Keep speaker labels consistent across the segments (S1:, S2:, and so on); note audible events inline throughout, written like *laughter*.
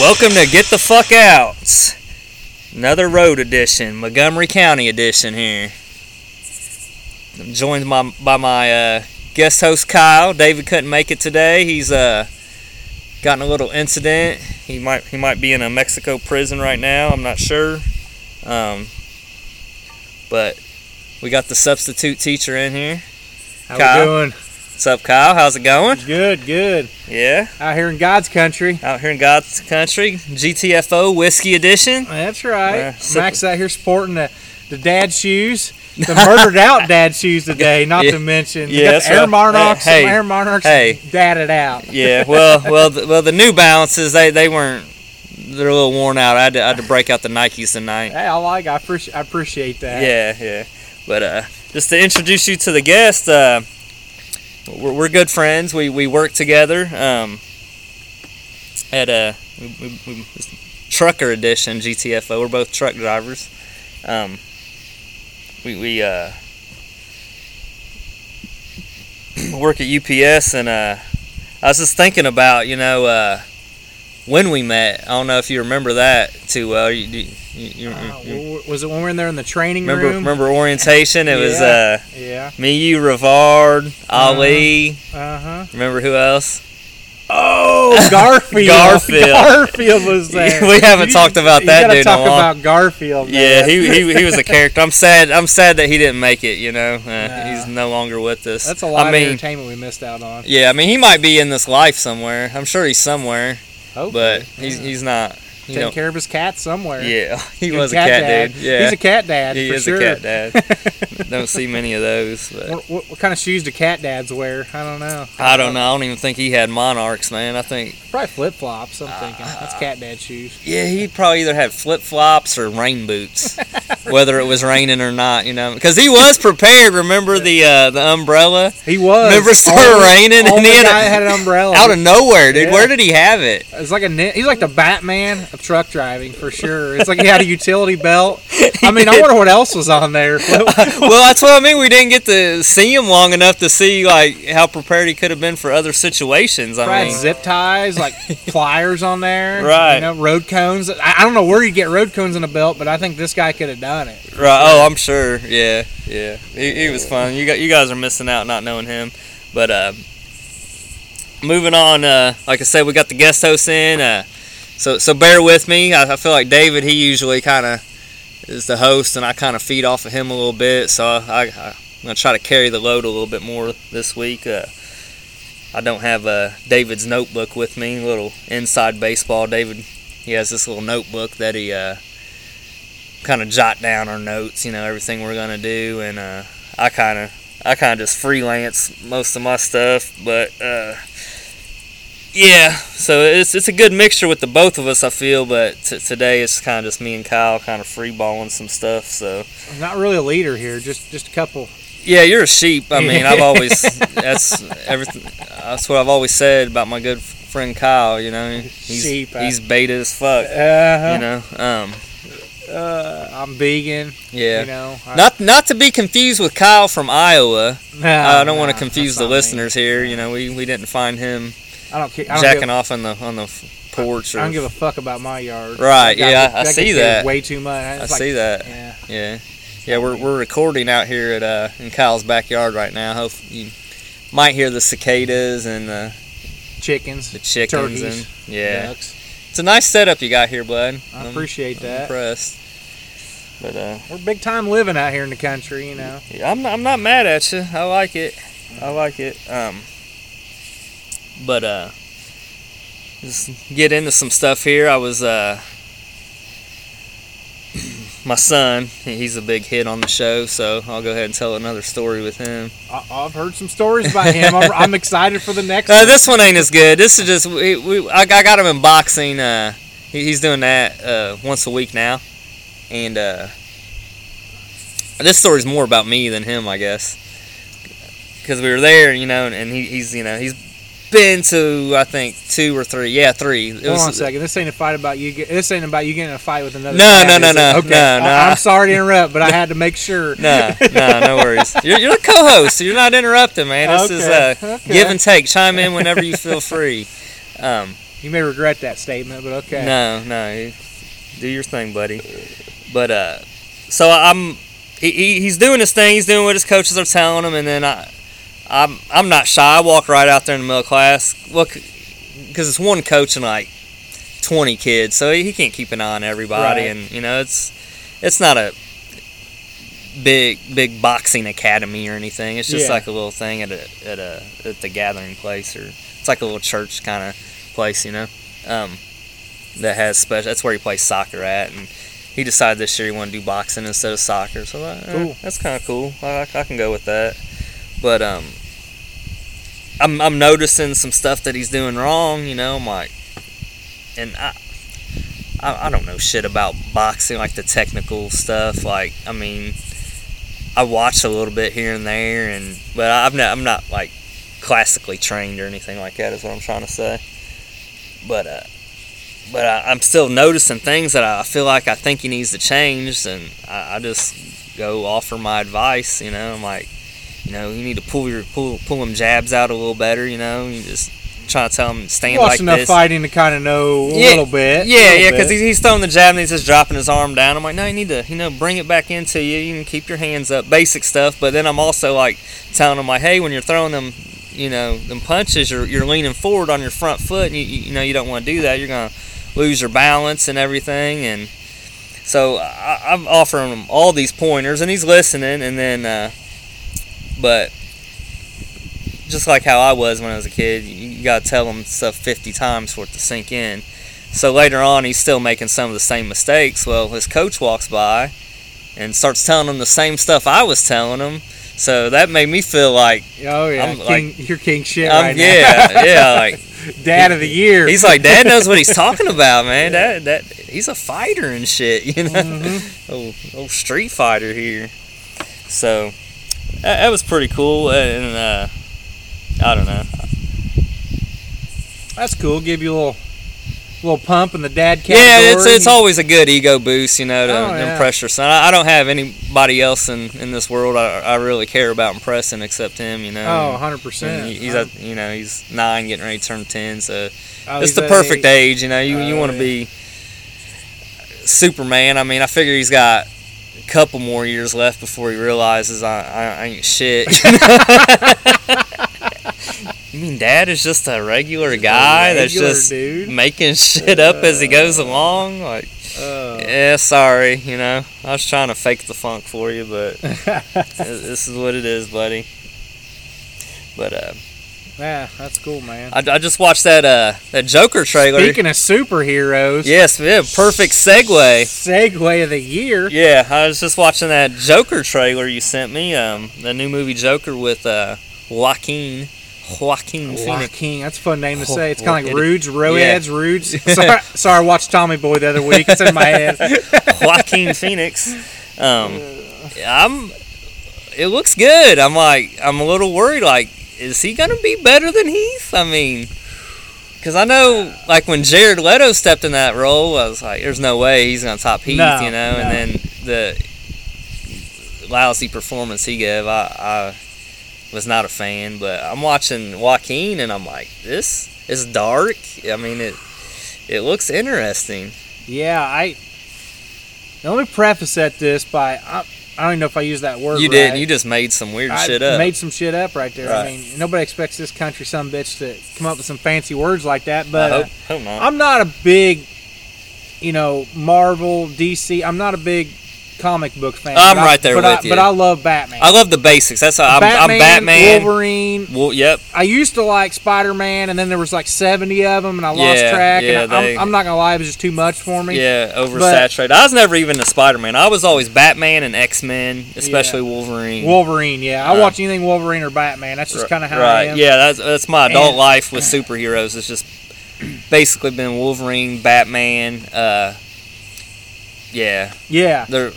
S1: Welcome to Get the Fuck Out. Another road edition, Montgomery County edition here. I'm joined my, by my uh, guest host Kyle. David couldn't make it today. He's uh, gotten a little incident. He might he might be in a Mexico prison right now. I'm not sure. Um, but we got the substitute teacher in here.
S2: How
S1: Kyle?
S2: we doing?
S1: What's up, Kyle? How's it going?
S2: Good, good.
S1: Yeah,
S2: Out here in God's country.
S1: out here in God's country, GTFO whiskey edition.
S2: That's right.
S1: Yeah, so-
S2: Max out here sporting the, the dad shoes,
S1: *laughs*
S2: the murdered out dad shoes today. Not
S1: Yeah.
S2: to mention,
S1: Yeah,
S2: yeah,
S1: that's
S2: Air
S1: right.
S2: Monarchs.
S1: Hey,
S2: some Air Monarchs.
S1: hey.
S2: dadded out.
S1: yeah. Well, well, the, well. The New Balances they they weren't. They're a little worn out. I had to, I had to break out the Nikes tonight.
S2: Hey, I like. I appreciate. I appreciate that.
S1: Yeah, yeah. But uh, just to introduce you to the guest, uh, we're, we're good friends. We we work together. Um, at uh, a trucker edition GTFO. We're both truck drivers. Um, we we uh *clears throat* work at UPS and uh I was just thinking about you know uh when we met. I don't know if you remember that too well. You, you, you, you,
S2: Uh, w- was it when we were in there in the training
S1: Remember,
S2: room?
S1: remember orientation? It was uh,
S2: Yeah. Yeah.
S1: me, you, Rivard, Ali.
S2: Uh huh.
S1: Remember who else?
S2: Oh, *laughs* Garfield.
S1: Garfield.
S2: Garfield was there.
S1: We haven't talked about that
S2: You gotta
S1: dude in a
S2: talk
S1: while.
S2: about Garfield.
S1: Yeah,
S2: man.
S1: he, he, he was a character. I'm sad. I'm sad that he didn't make it. You know, uh,
S2: Nah.
S1: he's no longer with us.
S2: *laughs* That's a lot
S1: I
S2: of
S1: mean,
S2: entertainment we missed out on.
S1: yeah. I mean, he might be in this life somewhere. I'm sure he's somewhere,
S2: Hopefully.
S1: but he's
S2: Yeah.
S1: he's not. You
S2: taking
S1: know,
S2: care of his cat somewhere.
S1: yeah, *laughs* he
S2: Good
S1: was a cat, dude. Yeah,
S2: he's a cat dad.
S1: he
S2: for
S1: is
S2: sure.
S1: a cat
S2: *laughs*
S1: dad. Don't see many of those. But
S2: What, what, what kind of shoes do cat dads wear? I don't know.
S1: I don't know. I don't even think he had monarchs, man. I think
S2: Probably flip flops. I'm thinking
S1: Uh,
S2: that's cat dad shoes.
S1: Yeah, he probably either had flip flops or rain boots, whether it was raining or not. You know, because he was prepared. Remember the uh, the umbrella
S2: He was.
S1: Remember it started
S2: Only-
S1: raining and
S2: only
S1: he had a-
S2: guy that had an umbrella.
S1: *laughs* out of nowhere, dude.
S2: Yeah.
S1: Where did he have it? *laughs*
S2: it's like a nin- he's like the Batman of truck driving for sure. It's like he had a utility belt. I
S1: *laughs*
S2: mean, I wonder what else was on there.
S1: well, that's what I mean. We didn't get to see him long enough to see like how prepared he could have been for other situations. I
S2: Probably
S1: mean,
S2: had zip ties,
S1: *laughs*
S2: like pliers on there.
S1: Right.
S2: You know, road cones. I, I don't know where you get road cones in a belt, but I think this guy could have done it.
S1: right? Oh, I'm sure. Yeah, yeah. He, he was fun. You got you guys are missing out not knowing him, but uh, moving on. Uh, like I said, we got the guest host in. Uh, so so bear with me. I, I feel like David. He usually kind of is the host, and I kind of feed off of him a little bit. So I, I, I'm gonna try to carry the load a little bit more this week. Uh, I don't have uh, David's notebook with me. Little inside baseball. David, he has this little notebook that he uh, kind of jot down our notes. You know everything we're gonna do, and uh, I kind of. I kind of just freelance most of my stuff, but uh, yeah, so it's it's a good mixture with the both of us, I feel. But t- today it's kind of just me and Kyle, kind of freeballing some stuff. So
S2: I'm not really a leader here, just just a couple.
S1: yeah, you're a sheep. I mean, I've
S2: *laughs*
S1: always that's everything. That's what I've always said about my good friend Kyle. You know, he's
S2: Sheep, huh?
S1: he's beta as fuck. You know, um,
S2: uh, I'm vegan.
S1: yeah.
S2: You know, I, *laughs*
S1: Not, not to be confused with Kyle from Iowa.
S2: No,
S1: I don't want
S2: no,
S1: to confuse
S2: Oh, that's
S1: the
S2: not me.
S1: listeners here. You know, we, we didn't find him
S2: I don't, ca- I don't
S1: jacking
S2: give,
S1: off on the on the f- porch. Or,
S2: I don't give a fuck about my yard.
S1: Right,
S2: That
S1: yeah,
S2: guy-
S1: I
S2: that
S1: see
S2: guy cares
S1: that.
S2: Way too much.
S1: I
S2: It's like,
S1: see that.
S2: Yeah.
S1: Yeah, yeah, we're, we're recording out here at uh, in Kyle's backyard right now. Hope you might hear the cicadas and the,
S2: Chickens.
S1: the chickens. And,
S2: Turkeys.
S1: yeah.
S2: Ducks.
S1: it's a nice setup you got here, bud.
S2: I
S1: I'm-
S2: appreciate
S1: I'm
S2: that.
S1: impressed. But uh,
S2: We're big time living out here in the country, you know.
S1: yeah, I'm I'm not mad at you. I like it. I like it. Um, but uh, just get into some stuff here. I was uh, *clears throat* my son. He's a big hit on the show, so I'll go ahead and tell another story with him.
S2: I, I've heard some stories about him. I'm, I'm excited for the next.
S1: Uh,
S2: one.
S1: this one ain't as good. This is just we, we I, I got him in boxing. Uh, he, he's doing that uh, once a week now, and uh, this story's more about me than him, I guess, because we were there, you know, and he, he's you know he's been to I think two or three. Yeah, three. It
S2: Hold on a
S1: was, uh,
S2: second. This ain't a fight about you. Get, this ain't about you getting in a fight with another.
S1: No,
S2: cat,
S1: no,
S2: is
S1: no,
S2: it?
S1: no,
S2: Okay.
S1: no,
S2: I-
S1: no.
S2: I'm sorry to interrupt, but I had to make sure.
S1: Nah,
S2: *laughs*
S1: nah, no worries. You're, you're the co-host. so You're not interrupting, man. This is
S2: Okay,
S1: uh,
S2: okay.
S1: give and take. Chime in whenever you feel free. Um,
S2: You may regret that statement, but okay.
S1: No, no, you- do your thing, buddy. But uh, so I'm he, he, he's doing his thing. He's doing what his coaches are telling him, and then I I'm I'm not shy. I walk right out there in the middle of class. Look, because it's one coach and like twenty kids, so he can't keep an eye on everybody,
S2: Right.
S1: and you know it's it's not a big big boxing academy or anything. It's just
S2: Yeah.
S1: like a little thing at a at a at the gathering place, or it's like a little church kind of place, you know. Um, that has special. That's where he plays soccer at, and he decided this year he wanted to do boxing instead of soccer. So I, eh,
S2: Cool.
S1: that's kind of cool. I, I can go with that. But um, I'm I'm noticing some stuff that he's doing wrong. You know, I'm like, and I. I, I don't know shit about boxing, like the technical stuff. Like, I mean, I watch a little bit here and there, and but I've not, I'm not like classically trained or anything like that. Is what I'm trying to say. But uh, but I, I'm still noticing things that I feel like I think he needs to change, and I, I just go offer my advice. You know, I'm like, you know, you need to pull your pull pull them jabs out a little better. You know, you just trying to tell him stand
S2: You watched
S1: like
S2: enough
S1: this.
S2: fighting to kind of know a
S1: Yeah,
S2: little bit.
S1: Yeah,
S2: little
S1: yeah, because
S2: bit.
S1: he's, he's throwing the jab and he's just dropping his arm down. I'm like, no, you need to, you know, bring it back into you. You can keep your hands up, basic stuff. But then I'm also like telling him like, hey, when you're throwing them, you know, them punches, you're, you're leaning forward on your front foot, and you, you, you know you don't want to do that. You're gonna lose your balance and everything. And so I, I'm offering him all these pointers, and he's listening. And then, uh, but just like how I was when I was a kid, you you gotta tell him stuff 50 times for it to sink in. So later on, he's still making some of the same mistakes. Well, his coach walks by and starts telling him the same stuff I was telling him. So that made me feel like,
S2: Oh yeah,
S1: I'm
S2: king,
S1: like-
S2: you're king shit
S1: I'm-
S2: right
S1: yeah, yeah,
S2: *laughs*
S1: like
S2: now. Dad of the year.
S1: he's like, Dad knows what he's talking about, man. Dad, that he's a fighter and shit, *laughs* you know,
S2: Mm-hmm.
S1: old, old street fighter here. So that, that was pretty cool, and uh, I don't know.
S2: That's cool. Give you a little, little pump in the dad
S1: Yeah,
S2: category.
S1: it's it's always a good ego boost, you know, to
S2: Oh, yeah.
S1: impress your son. I, I don't have anybody else in, in this world I, I really care about impressing except him, you
S2: Oh,
S1: know.
S2: 100
S1: And
S2: percent.
S1: he- he's at, you know he's nine, getting ready to turn ten, so it's
S2: Oh, he's
S1: the
S2: at
S1: perfect
S2: eight.
S1: age, you know. You you
S2: Oh,
S1: want to
S2: yeah.
S1: be Superman. I mean, I figure he's got a couple more years left before he realizes I I, I ain't
S2: *laughs*
S1: shit. you mean Dad is just a regular guy that's
S2: regular
S1: just
S2: dude.
S1: making shit up as he goes along, like.
S2: Uh,
S1: *laughs* Yeah, sorry. You know, I was trying to fake the funk for you, but
S2: *laughs*
S1: th- this is what it is, buddy. But uh,
S2: yeah, that's cool, man.
S1: I, I just watched that uh, that Joker trailer.
S2: Speaking of superheroes,
S1: yes, yeah, perfect segue.
S2: segue of the year.
S1: Yeah, I was just watching that Joker trailer you sent me. Um, the new movie Joker with uh, Joaquin Joaquin Phoenix.
S2: Joaquin, that's a fun name to say. It's
S1: Oh,
S2: kind of like
S1: it-
S2: Rudes, Roads,
S1: *laughs*
S2: Rudes. Sorry, sorry, I watched Tommy Boy the other week. It's in my head.
S1: Joaquin Phoenix. Um, I'm. It looks good. I'm like I'm a little worried. Like, is he gonna be better than Heath? I mean, because I know like when Jared Leto stepped in that role, I was like, there's no way he's gonna top Heath,
S2: No,
S1: you know.
S2: no.
S1: And then the lousy performance he gave, I, I was not a fan. But I'm watching Joaquin, and I'm like, this is dark. I mean it. It looks interesting.
S2: Yeah, I. Now, let me preface at this by I, I don't even know if I use that word.
S1: You did.
S2: right.
S1: You just made some weird
S2: I
S1: shit up.
S2: made some shit up right there. I
S1: Right.
S2: mean, nobody expects this country some bitch to come up with some fancy words like that.
S1: I
S2: But uh,
S1: hope, hope not.
S2: I'm not a big, you know, Marvel, DC. I'm not a big comic book fan.
S1: I'm
S2: but I-
S1: right there
S2: but I-
S1: with you.
S2: But I love Batman.
S1: I love the basics. That's how I'm Batman. I'm Batman.
S2: Wolverine.
S1: Well, yep.
S2: I used to like Spider Man, and then there was like 70 of them, and I lost
S1: Yeah,
S2: track.
S1: yeah,
S2: and I,
S1: they-
S2: am I'm not gonna lie, it was just too much for me.
S1: Yeah, oversaturated. I was never even a Spider Man. I was always Batman and X Men, especially Wolverine.
S2: Wolverine, yeah. I
S1: Uh,
S2: watch anything Wolverine or Batman. That's just kind of how
S1: right.
S2: I am.
S1: Yeah, that's that's my adult
S2: And-
S1: life
S2: *clears throat*
S1: with superheroes. It's just basically been Wolverine, Batman. Uh, yeah,
S2: yeah.
S1: they're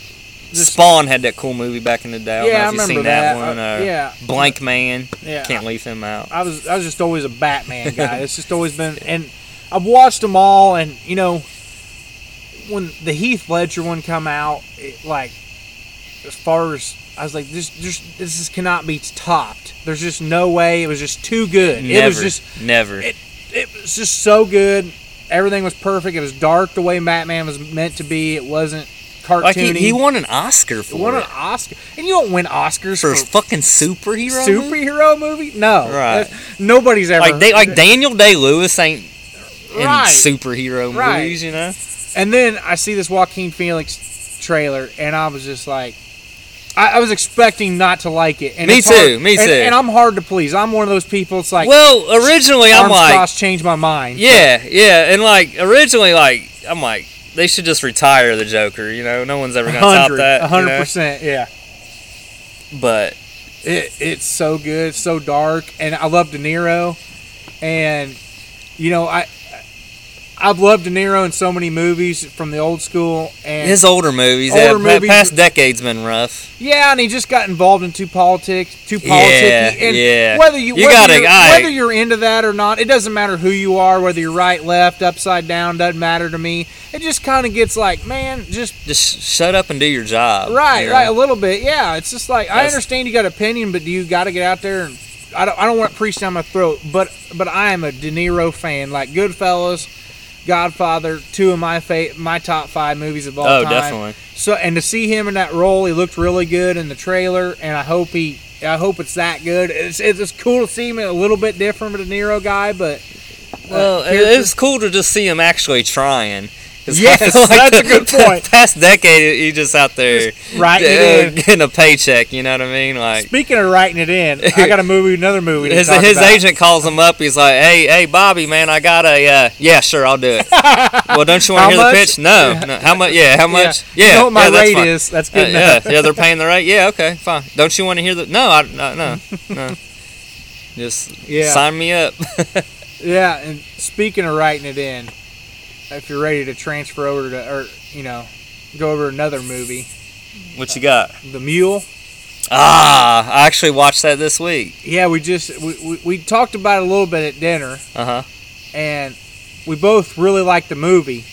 S2: Just-
S1: Spawn had that cool movie back in the day. I don't
S2: yeah,
S1: know
S2: I
S1: if you've
S2: remember
S1: seen
S2: that.
S1: that, one.
S2: I-
S1: or
S2: yeah,
S1: Blank Man.
S2: yeah.
S1: Can't leave him out.
S2: I was I was just always a Batman guy. it's just always been, and I've watched them all, and you know, when the Heath Ledger one come out, it, like as far as I was like, this just this just cannot be topped. There's just no way. It was just too good.
S1: Never.
S2: It was just
S1: never.
S2: it- it was just so good. Everything was perfect. It was dark the way Batman was meant to be. It wasn't cartoony.
S1: like he, he won an Oscar for
S2: won an
S1: it.
S2: Oscar, and you don't win Oscars
S1: for
S2: for,
S1: his fucking superhero. movie?
S2: superhero movie. No,
S1: Right.
S2: That's- nobody's ever
S1: Like they like Daniel Day Lewis ain't in
S2: Right.
S1: superhero
S2: Right.
S1: movies, you know.
S2: And then I see this Joaquin Phoenix trailer, and I was just like, I, I was expecting not to like it. And
S1: Me
S2: it's hard-
S1: too, me
S2: and-
S1: too.
S2: And I'm hard to please. I'm one of those people. It's like,
S1: well, originally I'm
S2: arms
S1: like,
S2: crossed, change my mind.
S1: yeah, yeah, and like originally, like I'm like they should just retire the Joker. You know, no one's ever gonna top
S2: 100,
S1: that. you know?
S2: 100%. Yeah.
S1: But
S2: It, it's so good, so dark, and I love De Niro, and you know I, I've loved De Niro in so many movies from the old school, and
S1: his older movies,
S2: Older
S1: yeah, that
S2: movies-
S1: past decade's been rough.
S2: yeah, and he just got involved into politics, too
S1: Yeah,
S2: politics, and
S1: yeah.
S2: whether you,
S1: You
S2: whether,
S1: gotta-
S2: you're,
S1: I-
S2: whether you're into that or not, it doesn't matter who you are, whether you're right, left, upside down, doesn't matter to me. It just kind of gets like, man, just
S1: Just shut up and do your job.
S2: Right,
S1: you know?
S2: right, a little bit. Yeah, it's just like I
S1: That's-
S2: understand you got opinion, but do you got to get out there and I don't I don't want to preach down my throat, but but I am a De Niro fan, like Goodfellas, Godfather, two of my fa- my top 5 movies of all
S1: Oh,
S2: time.
S1: definitely.
S2: So and to see him in that role, he looked really good in the trailer and I hope he I hope it's that good. It's it's, it's cool to see him a little bit different of a De Niro guy, but
S1: Well, it,
S2: character-
S1: it was cool to just see him actually trying. *laughs* 'Cause I
S2: Yes,
S1: feel
S2: that's a
S1: *laughs*
S2: good
S1: the
S2: point.
S1: Past decade, he just out there
S2: writing
S1: uh,
S2: it
S1: *laughs*
S2: in.
S1: getting a paycheck. You know what I mean? Like
S2: Speaking of writing it in, I
S1: *laughs*
S2: got a movie, another movie. To
S1: his
S2: talk
S1: his
S2: about.
S1: agent calls him up. He's like, "Hey, hey, Bobby, man, I got a uh, yeah, sure, I'll do it."
S2: *laughs*
S1: well, don't you
S2: How
S1: want to hear
S2: much?
S1: the pitch? No, no. How much? Yeah, how much? Yeah,
S2: you know what my
S1: yeah, that's
S2: rate
S1: fine.
S2: is. That's
S1: Uh,
S2: good enough.
S1: yeah,
S2: *laughs*
S1: yeah, they're paying the rate. Yeah, okay, fine. Don't you want to hear the? No, I no
S2: *laughs*
S1: no. no. Just
S2: Yeah.
S1: sign me up. *laughs*
S2: Yeah, and speaking of writing it in, if you're ready to transfer over to, or you know, go over to another movie,
S1: what you got?
S2: The Mule. Uh,
S1: Ah, I actually watched that this week.
S2: Yeah, we just we, we, we talked about it a little bit at dinner,
S1: Uh huh.
S2: and we both really liked the movie.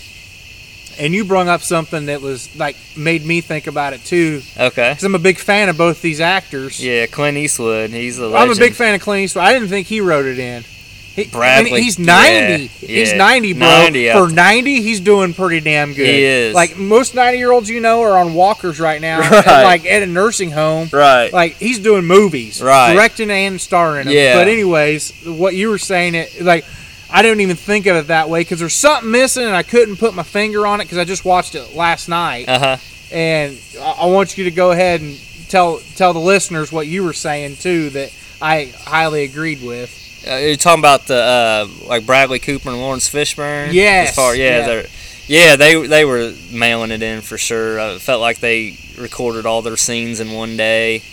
S2: And you brung up something that was like made me think about it too,
S1: Okay.
S2: because I'm a big fan of both these actors.
S1: Yeah, Clint Eastwood. He's a
S2: I'm
S1: legend.
S2: a big fan of Clint Eastwood. I didn't think he wrote it in. He, I mean,
S1: Bradley,
S2: he's 90.
S1: yeah,
S2: He's
S1: yeah.
S2: 90, bro.
S1: 90, I-
S2: For 90, he's doing pretty damn good.
S1: He is.
S2: Like, most 90 year olds you know are on walkers right now, and,
S1: Right.
S2: like at a nursing home.
S1: Right.
S2: Like, he's doing movies,
S1: Right.
S2: directing and starring. 'em.
S1: Yeah.
S2: But, anyways, what you were saying, it like, I didn't even think of it that way because there's something missing, and I couldn't put my finger on it because I just watched it last night.
S1: Uh huh.
S2: and I I want you to go ahead and tell tell the listeners what you were saying too that I highly agreed with.
S1: Uh, you're talking about the uh, like Bradley Cooper and Lawrence Fishburne.
S2: Yes,
S1: As far, yeah,
S2: yeah.
S1: they're yeah they they were mailing it in for sure. Uh, It felt like they recorded all their scenes in one day,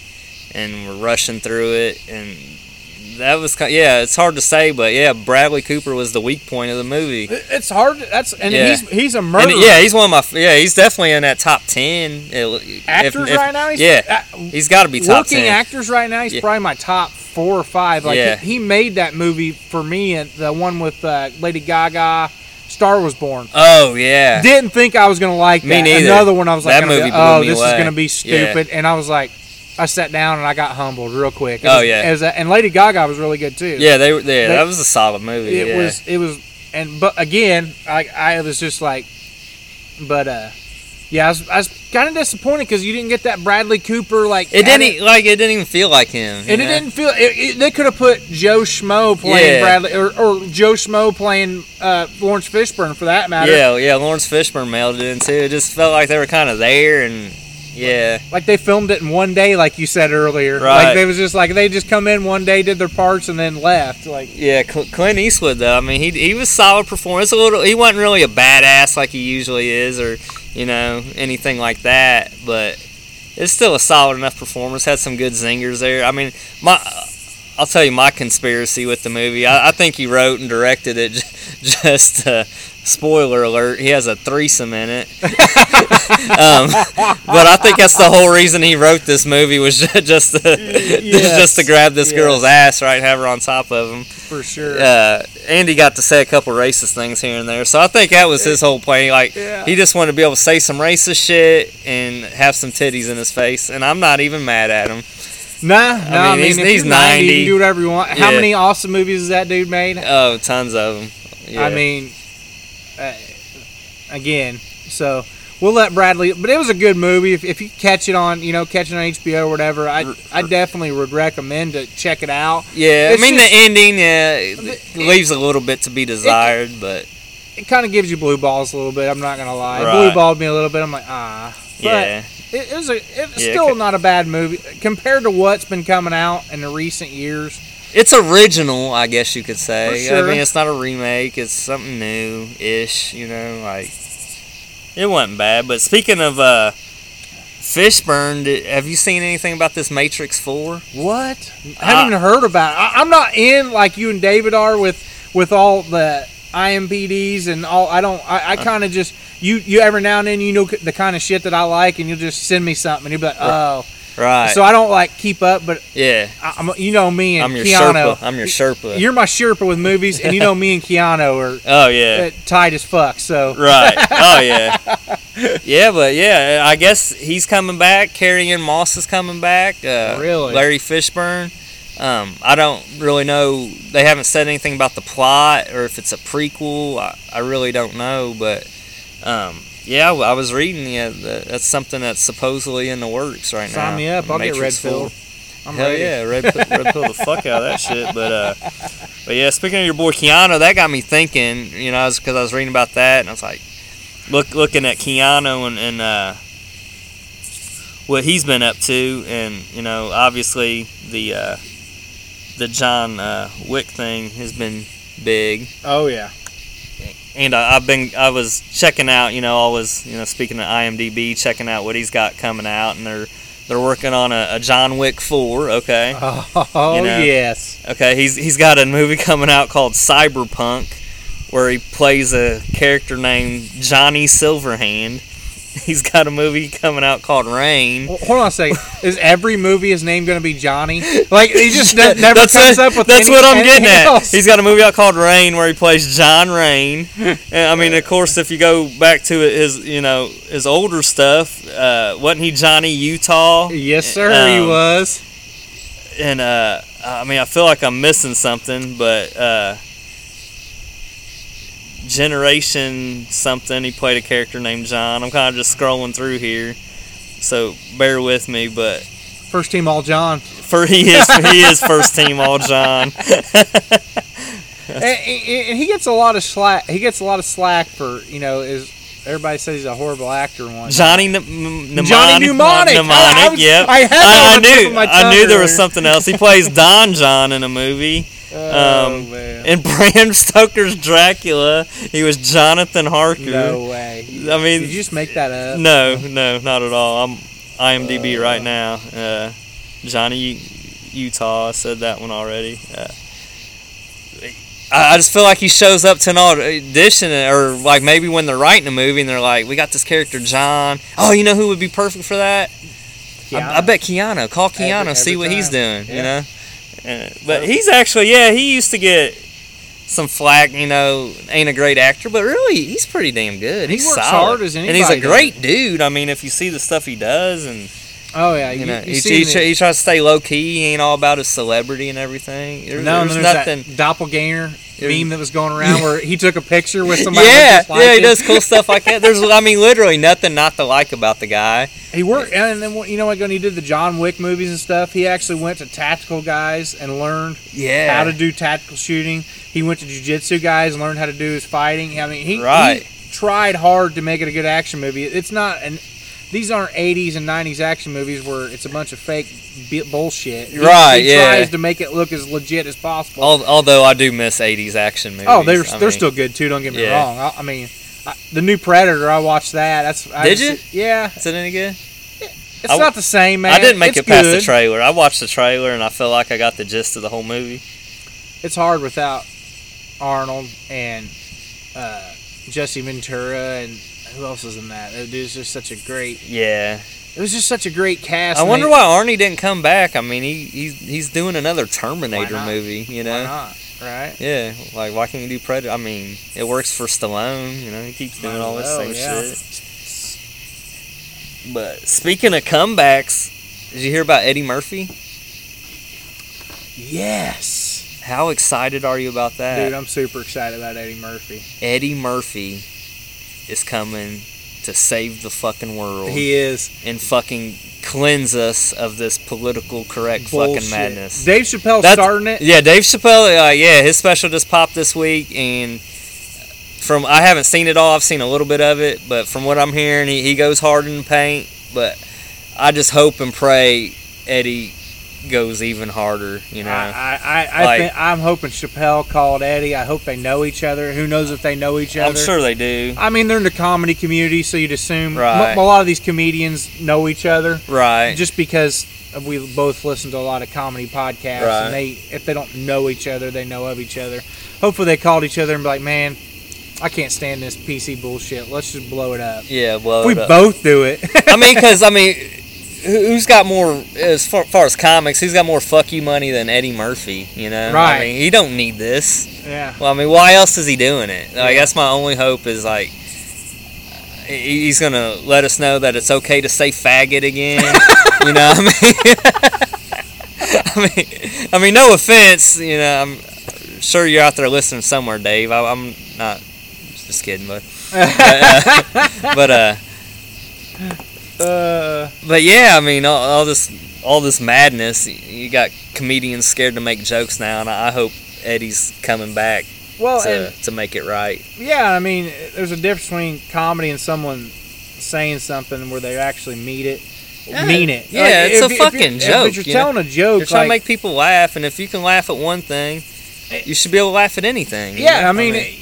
S1: and were rushing through it. And that was kind yeah, it's hard to say, but yeah, Bradley Cooper was the weak point of the movie.
S2: It- It's hard. to- That's and
S1: Yeah.
S2: he's he's a murderer.
S1: And yeah, he's one of my f- yeah, he's definitely in that top ten. It-
S2: actors
S1: if- if-
S2: right now. He's,
S1: yeah,
S2: uh,
S1: he's got to be top
S2: working
S1: ten.
S2: actors right now. He's
S1: Yeah.
S2: probably my top four or five. Like
S1: Yeah.
S2: he, he made that movie for me and the one with uh, Lady Gaga, Star was born.
S1: oh yeah,
S2: Didn't think I was gonna like
S1: Me
S2: that.
S1: neither.
S2: Another one I was like,
S1: That
S2: gonna be,
S1: movie blew
S2: oh,
S1: me
S2: this
S1: away.
S2: is gonna be
S1: Yeah.
S2: stupid, and I was like. I sat down and I got humbled real quick. It
S1: Oh,
S2: was-
S1: yeah.
S2: as a- and Lady Gaga was really good too.
S1: Yeah, they were. Yeah,
S2: They-
S1: that was a solid movie.
S2: it
S1: yeah.
S2: was it was and but again I I was just like but uh yeah I was, I was kind of disappointed because you didn't get that Bradley Cooper like
S1: It didn't
S2: added-
S1: e- like it didn't even feel like him. you
S2: and it
S1: know?
S2: didn't feel it, it, they could have put Joe Schmo
S1: Yeah.
S2: playing Bradley or, or Joe Schmo playing uh Lawrence Fishburne for that matter
S1: Yeah, yeah. Lawrence Fishburne mailed it in too. It just felt like they were kind of there, and yeah,
S2: like they filmed it in one day like you said earlier like
S1: Right.
S2: they was just like they just come in one day did their parts and then left like
S1: yeah. Cl- Clint Eastwood though. I mean, he he was solid performance. A little. He wasn't really a badass like he usually is, or you know anything like that. But it's still a solid enough performance. Had some good zingers there. I mean, my. I'll tell you my conspiracy with the movie. I, I think he wrote and directed it *laughs* j- just uh, spoiler alert, he has a threesome in it. *laughs* um, but I think that's the whole reason he wrote this movie was ju- just to, *laughs*
S2: Yes,
S1: just to grab this
S2: yes.
S1: girl's ass, right? Have her on top of him.
S2: for sure.
S1: Uh, Andy got to say a couple racist things here and there, so I think that was his whole point. Like
S2: Yeah.
S1: he just wanted to be able to say some racist shit and have some titties in his face, and I'm not even mad at him.
S2: Nah, nah. I mean,
S1: he's-
S2: if
S1: he's
S2: you're 90,
S1: 90.
S2: you can do whatever you want. How
S1: Yeah.
S2: many awesome movies has that dude made?
S1: Oh, tons of them. Yeah.
S2: I mean, uh, again, so we'll let Bradley. But it was a good movie. If, if you catch it on, you know, catch it on HBO or whatever, I I definitely would recommend to check it out.
S1: yeah. I
S2: it's
S1: mean
S2: just-
S1: the ending, yeah, it leaves a little bit to be desired, but
S2: It kind of gives you blue balls a little bit. I'm not gonna lie, It
S1: Right.
S2: blue balled me a little bit. I'm like ah, but
S1: yeah,
S2: it, it was a, it's
S1: Yeah,
S2: still
S1: ca-
S2: not a bad movie compared to what's been coming out in the recent years.
S1: it's original, I guess you could say.
S2: For
S1: I mean,
S2: sure.
S1: it's not a remake; it's something new-ish. You know, like it wasn't bad. But speaking of uh, Fishburne, di- have you seen anything about this Matrix Four?
S2: What? I
S1: Uh,
S2: haven't even heard about. It. I, I'm not in like you and David are with with all the IMPDs and all. I don't. I, I
S1: Uh,
S2: kind of just you you every now and then you know the kind of shit that I like and you'll just send me something and you'll be like, oh.
S1: Right.
S2: So I don't like keep up, but
S1: yeah,
S2: I, I'm you know me and
S1: I'm your
S2: Keanu.
S1: Sherpa. I'm your Sherpa.
S2: You're my Sherpa with movies, and you know me and Keanu are
S1: oh *laughs* yeah.
S2: uh, tight as fuck. So
S1: *laughs* Right. Oh yeah.
S2: *laughs*
S1: yeah, but yeah, I guess he's coming back. Carrie Ann Moss is coming back. Uh,
S2: Really?
S1: Larry Fishburne. Um, I don't really know. They haven't said anything about the plot or if it's a prequel. I, I really don't know. But um, yeah, I, I was reading. Yeah, that, that's something that's supposedly in the works right now.
S2: sign me up. I'll get red
S1: Matrix
S2: pill. I'm
S1: Hell
S2: ready.
S1: yeah, red pill, red pill the fuck out of that shit. But uh, but yeah, speaking of your boy Keanu, that got me thinking. You know, because I was reading about that, and I was like, look, looking at Keanu and, and uh, what he's been up to, and you know, obviously the uh, the John uh, Wick thing has been big
S2: Oh yeah. *laughs*
S1: and I, I've been I was checking out, you know, always you know speaking to IMDb, checking out what he's got coming out, and they're they're working on a, a John Wick four. Okay,
S2: Oh
S1: know.
S2: yes.
S1: okay, he's he's got a movie *laughs* coming out called Cyberpunk, where he plays a character named Johnny Silverhand. *laughs* He's got a movie coming out called Rain.
S2: Well, hold on a second. Is every movie his name going to be Johnny? Like he
S1: *laughs*
S2: just ne- never
S1: that's
S2: comes
S1: what,
S2: up with.
S1: that's
S2: any-
S1: what I'm getting
S2: anything
S1: at.
S2: else.
S1: He's got a movie out called Rain where he plays John
S2: *laughs*
S1: Rain. And, I mean, of course, if you go back to his you know his older stuff, uh, wasn't he Johnny Utah?
S2: yes, sir. he
S1: Um,
S2: was.
S1: And uh, I mean, I feel like I'm missing something, but uh, Generation something. He played a character named John. I'm kind of just scrolling through here, so bear with me, but.
S2: First team all
S1: *laughs*
S2: John.
S1: For he is he is first team all John. *laughs*
S2: And, and- and he gets a lot of slack. He gets a lot of slack for you know is everybody says he's a horrible actor. and One
S1: Johnny N- M- Mnemonic.
S2: Johnny Mnemonic. I- I
S1: Mnemonic.
S2: was-
S1: Yep. Oh,
S2: I had that
S1: I, I
S2: on the tip of
S1: knew.
S2: my
S1: I
S2: tongue
S1: knew there was
S2: earlier.
S1: something else. He
S2: *laughs*
S1: plays Don John in a movie.
S2: Oh,
S1: um,
S2: man.
S1: In *laughs* Bram Stoker's Dracula, he was Jonathan Harker.
S2: No way.
S1: I mean-
S2: did you just make that up?
S1: No, no, not at all. I'm IMDb right now. Uh, Johnny U- Utah I said that one already. Uh, I I just feel like he shows up to an audition, or like maybe when they're writing a movie and they're like, "We got this character John. Oh, you know who would be perfect for that? I, I bet Keanu. Call Keanu,
S2: every
S1: see what he's doing. You
S2: Yeah.
S1: know. Uh, but he's actually, yeah, he used to get some flack. You know, ain't a great actor, but really, he's pretty damn good.
S2: He
S1: He's
S2: works
S1: solid.
S2: hard as
S1: and he's a
S2: anybody
S1: great dude. I mean, if you see the stuff he does, and
S2: Oh yeah. You,
S1: you know,
S2: you
S1: he,
S2: seen
S1: he,
S2: it.
S1: tr- he tries to stay low key. He ain't all about his celebrity and everything. There-
S2: no, and
S1: there's
S2: then there's *laughs*
S1: nothing.
S2: that doppelganger
S1: There-
S2: meme that was going around where he took a picture with somebody. that
S1: *laughs* Yeah,
S2: just liked
S1: yeah, he
S2: him.
S1: does cool stuff like that. There's, I mean, literally nothing not to like about the guy.
S2: He worked, and then you know what? When he did the John Wick movies and stuff, he actually went to tactical guys and learned
S1: Yeah,
S2: how to do tactical shooting. He went to jujitsu guys and learned how to do his fighting. I mean, he, he
S1: Right.
S2: tried hard to make it a good action movie. It's not an these aren't 80s and 90s action movies where it's a bunch of fake bi- bullshit. He-
S1: Right,
S2: He
S1: yeah.
S2: tries to make it look as legit as possible.
S1: Al- Although I do miss '80s action movies.
S2: oh, they're
S1: I mean-
S2: they're still good too. Don't get me
S1: Yeah.
S2: wrong. I, I mean, I, the new Predator, I watched that. That's I
S1: Did
S2: just- Yeah,
S1: Is it any good?
S2: it's
S1: I-
S2: not the same, man.
S1: I didn't make
S2: It's
S1: it past the
S2: good.
S1: trailer. I watched the trailer and I felt like I got the gist of the whole movie.
S2: it's hard without Arnold and uh, Jesse Ventura and who else is in that? It was just such a great.
S1: Yeah.
S2: It was just such a great cast.
S1: I
S2: and
S1: wonder
S2: they-
S1: why Arnie didn't come back. I mean, he, he's he's doing another Terminator
S2: not?
S1: movie, you
S2: Why
S1: know?
S2: not? Right.
S1: Yeah, like why can't you do Predator? I mean, it works for Stallone. You know, he keeps doing
S2: Might
S1: all this
S2: as
S1: same
S2: well, Oh, yeah.
S1: shit. But speaking of comebacks, did you hear about Eddie Murphy?
S2: Yes.
S1: How excited are you about that?
S2: Dude, I'm super excited about Eddie Murphy.
S1: Eddie Murphy is coming to save the fucking world
S2: He is
S1: and fucking cleanse us of this political correct
S2: bullshit.
S1: fucking madness.
S2: Dave Chappelle
S1: That's-
S2: starting it.
S1: Yeah, Dave Chappelle. Uh, yeah, his special just popped this week, and from I haven't seen it all. I've seen a little bit of it, but from what I'm hearing, he, he goes hard in the paint. But I just hope and pray Eddie goes even harder. You know,
S2: I, I, I, I
S1: Like-
S2: think, I'm hoping Chappelle called Eddie. I hope they know each other. Who knows if they know each other?
S1: I'm sure they do.
S2: I mean, they're in the comedy community, so you'd assume
S1: Right.
S2: m- a lot of these comedians know each other
S1: Right.
S2: just because we both listen to a lot of comedy podcasts.
S1: Right.
S2: And they, if they don't know each other, they know of each other. Hopefully, they called each other and be like, "Man, I can't stand this PC bullshit. Let's just blow it up."
S1: yeah. Well, uh,
S2: If we both do it. *laughs*
S1: I mean, because I mean, who- who's got more as far, far as comics? Who's got more fuck you money than Eddie Murphy? You know,
S2: Right.
S1: I mean, he don't need this.
S2: *laughs* yeah.
S1: Well, I mean, why else is he doing it? Like,
S2: Yeah.
S1: that's my only hope is like he- he's gonna let us know that it's okay to say faggot
S2: *laughs*
S1: again. you know, what I mean, *laughs* I mean, I mean, no offense. You know, I'm sure you're out there listening somewhere, Dave. I, I'm not just kidding, but but, uh, but uh,
S2: Uh,
S1: but yeah, I mean, all, all this all this madness. You got comedians scared to make jokes now, and I I hope Eddie's coming back
S2: well, Oh, and
S1: to, to make it right.
S2: Yeah, I mean, there's a difference between comedy and someone saying something where they actually mean it,
S1: Yeah,
S2: mean it.
S1: yeah, it's a
S2: if you- if you're-
S1: fucking
S2: If
S1: joke,
S2: you're
S1: you know?
S2: telling a joke,
S1: You're trying
S2: like-
S1: to make people laugh, and if you can laugh at one thing, you should be able to laugh at anything. you know?
S2: yeah, I mean,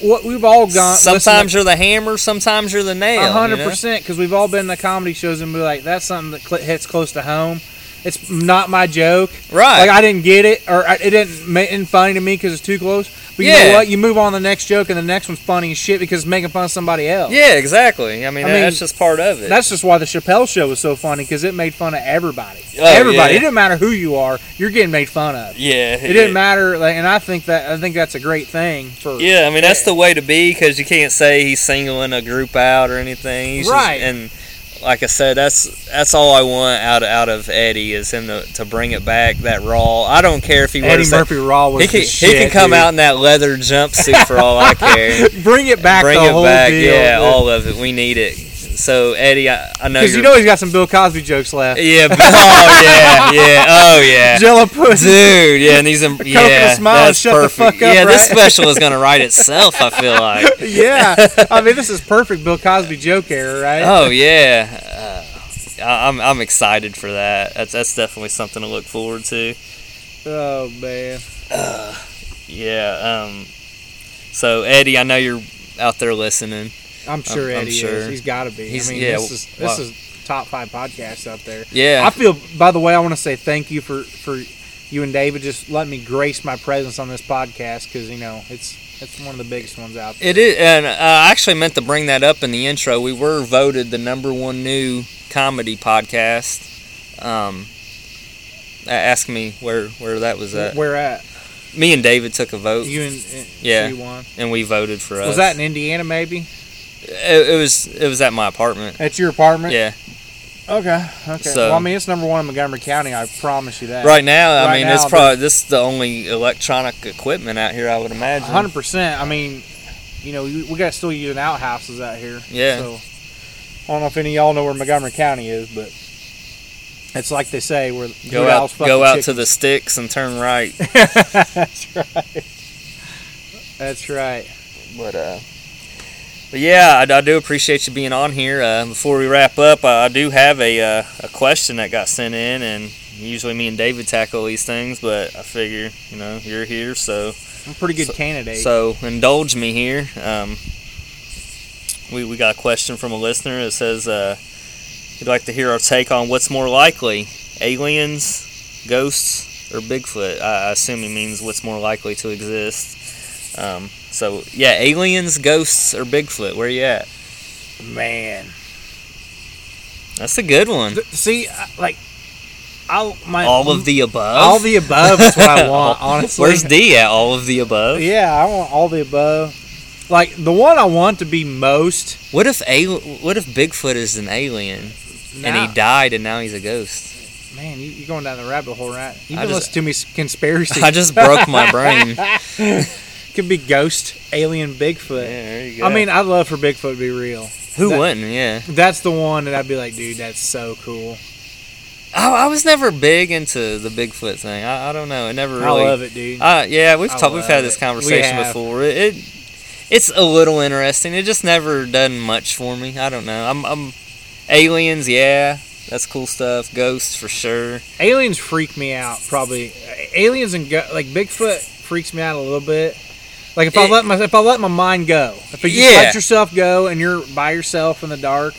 S2: what we've all gone.
S1: sometimes you're the hammer, sometimes you're the nail. you know?
S2: hundred percent because we've all been to comedy shows and be like, that's something that cl- hits close to home. It's not my joke.
S1: Right.
S2: Like I didn't get it, or I, it didn't ma- isn't funny to me because it's too close. But you
S1: Yeah.
S2: know what? You move on to the next joke, and the next one's funny as shit because it's making fun of somebody else.
S1: yeah, exactly. I mean,
S2: I mean,
S1: that's just part of it.
S2: That's just why the Chappelle show was so funny because it made fun of everybody.
S1: Oh,
S2: everybody.
S1: yeah.
S2: It didn't matter who you are, you're getting made fun of.
S1: yeah.
S2: It didn't matter, like, and I think that I think that's a great thing for.
S1: Yeah, I mean that's the way to be because you can't say he's singling a group out or anything. He's just-
S2: Right.
S1: and like I said, that's that's all I want out of, out of Eddie is him to, to bring it back that raw. I don't care if he
S2: Eddie
S1: wears that.
S2: Murphy Raw was
S1: He can,
S2: the shit,
S1: he can come
S2: dude.
S1: out in that leather jumpsuit for
S2: *laughs*
S1: all I care.
S2: bring it back,
S1: bring
S2: the
S1: it
S2: whole
S1: back.
S2: deal.
S1: yeah, all of it. We need it. So Eddie, I, I know
S2: because you
S1: you're-
S2: know he's got some Bill Cosby jokes
S1: *laughs*
S2: left.
S1: Yeah. *laughs* but- Oh yeah. Yeah. Oh
S2: *laughs*
S1: yeah. *laughs*
S2: Jell-O pussy.
S1: Dude. Yeah. And these.
S2: *laughs*
S1: em- Yeah.
S2: smile and
S1: that's
S2: shut the
S1: perfect.
S2: fuck up,
S1: yeah. This
S2: right?
S1: special is gonna
S2: *laughs*
S1: write itself. I feel like.
S2: yeah, I mean this is perfect Bill Cosby joke era, right? *laughs*
S1: Oh yeah. Uh, I- I'm I'm excited for that. That's that's definitely something to look forward to.
S2: oh man,
S1: Yeah. Um. So Eddie, I know you're out there listening.
S2: I'm sure
S1: I'm
S2: Eddie is.
S1: sure.
S2: He's got to be.
S1: He's-
S2: I mean,
S1: yeah,
S2: this is this
S1: wow.
S2: is top five podcasts up there. I
S1: Yeah.
S2: feel. By the way, I want to say thank you for for you and David just letting me grace my presence on this podcast because you know it's it's one of the biggest ones out. there.
S1: It is, and uh, I actually meant to bring that up in the intro. We were voted the number one new comedy podcast. Um, a- ask me where where that was at.
S2: Where at?
S1: Me and David took a vote,
S2: You and, and
S1: Yeah.
S2: you won.
S1: and we voted for us.
S2: Was that in Indiana? Maybe
S1: It, it was it was at my apartment.
S2: at your apartment.
S1: Yeah.
S2: Okay. Okay.
S1: So-
S2: well, I mean, it's number one in Montgomery County. I promise you that.
S1: Right now, I
S2: Right
S1: mean,
S2: now,
S1: it's probably this is the only electronic equipment out here. I would imagine.
S2: Hundred percent. I mean, you know, we, we got still using outhouses out here.
S1: Yeah.
S2: So I don't know if any of y'all know where Montgomery County is, but. It's like they say, where
S1: Go
S2: good owls
S1: out,
S2: fuck
S1: go
S2: the
S1: out
S2: chickens.
S1: to the sticks and turn right.
S2: *laughs* That's right. That's right.
S1: But uh, but yeah, I, I do appreciate you being on here. Uh, before we wrap up, I, I do have a uh, a question that got sent in, and usually me and David tackle these things, but I figure you know you're here, so
S2: I'm a pretty good
S1: So-
S2: candidate.
S1: so indulge me here. Um, we we got a question from a listener that says uh, he'd like to hear our take on what's more likely: aliens, ghosts, or Bigfoot. I, I assume he means what's more likely to exist. Um, So yeah, aliens, ghosts, or Bigfoot. Where you at?
S2: Man,
S1: That's a good one.
S2: Th- see, I- like, I my
S1: all of the above.
S2: all the above is
S1: *laughs*
S2: what I want. honestly, *laughs*
S1: Where's D at? All of the above.
S2: Yeah, I want all the above. Like the one I want to be most.
S1: What if a What if Bigfoot is an alien and
S2: Nah,
S1: he died and now he's a ghost?
S2: *laughs* man, you, you're going down the rabbit hole, right? You
S1: I
S2: can
S1: just-
S2: listen to me s- conspiracy.
S1: I just broke my brain. Yeah,
S2: could be ghost, alien, Bigfoot.
S1: there you go.
S2: I mean, I'd love for Bigfoot to be real.
S1: who
S2: that-
S1: wouldn't? Yeah.
S2: That's the one that I'd be like, dude, that's so cool.
S1: I, I was never big into the Bigfoot thing. I, I don't know. It never really.
S2: I love it, dude.
S1: Uh, yeah, we've
S2: I
S1: talked. We've
S2: love
S1: had this
S2: it.
S1: conversation
S2: We have.
S1: before. It, it it's a little interesting. It just never done much for me. I don't know. I'm, I'm aliens. Yeah, that's cool stuff. Ghosts for sure.
S2: aliens freak me out, probably. Aliens and go- like Bigfoot freaks me out a little bit. Like if I
S1: It-
S2: let my if I let my mind go, if you just
S1: Yeah.
S2: let yourself go and you're by yourself in the dark,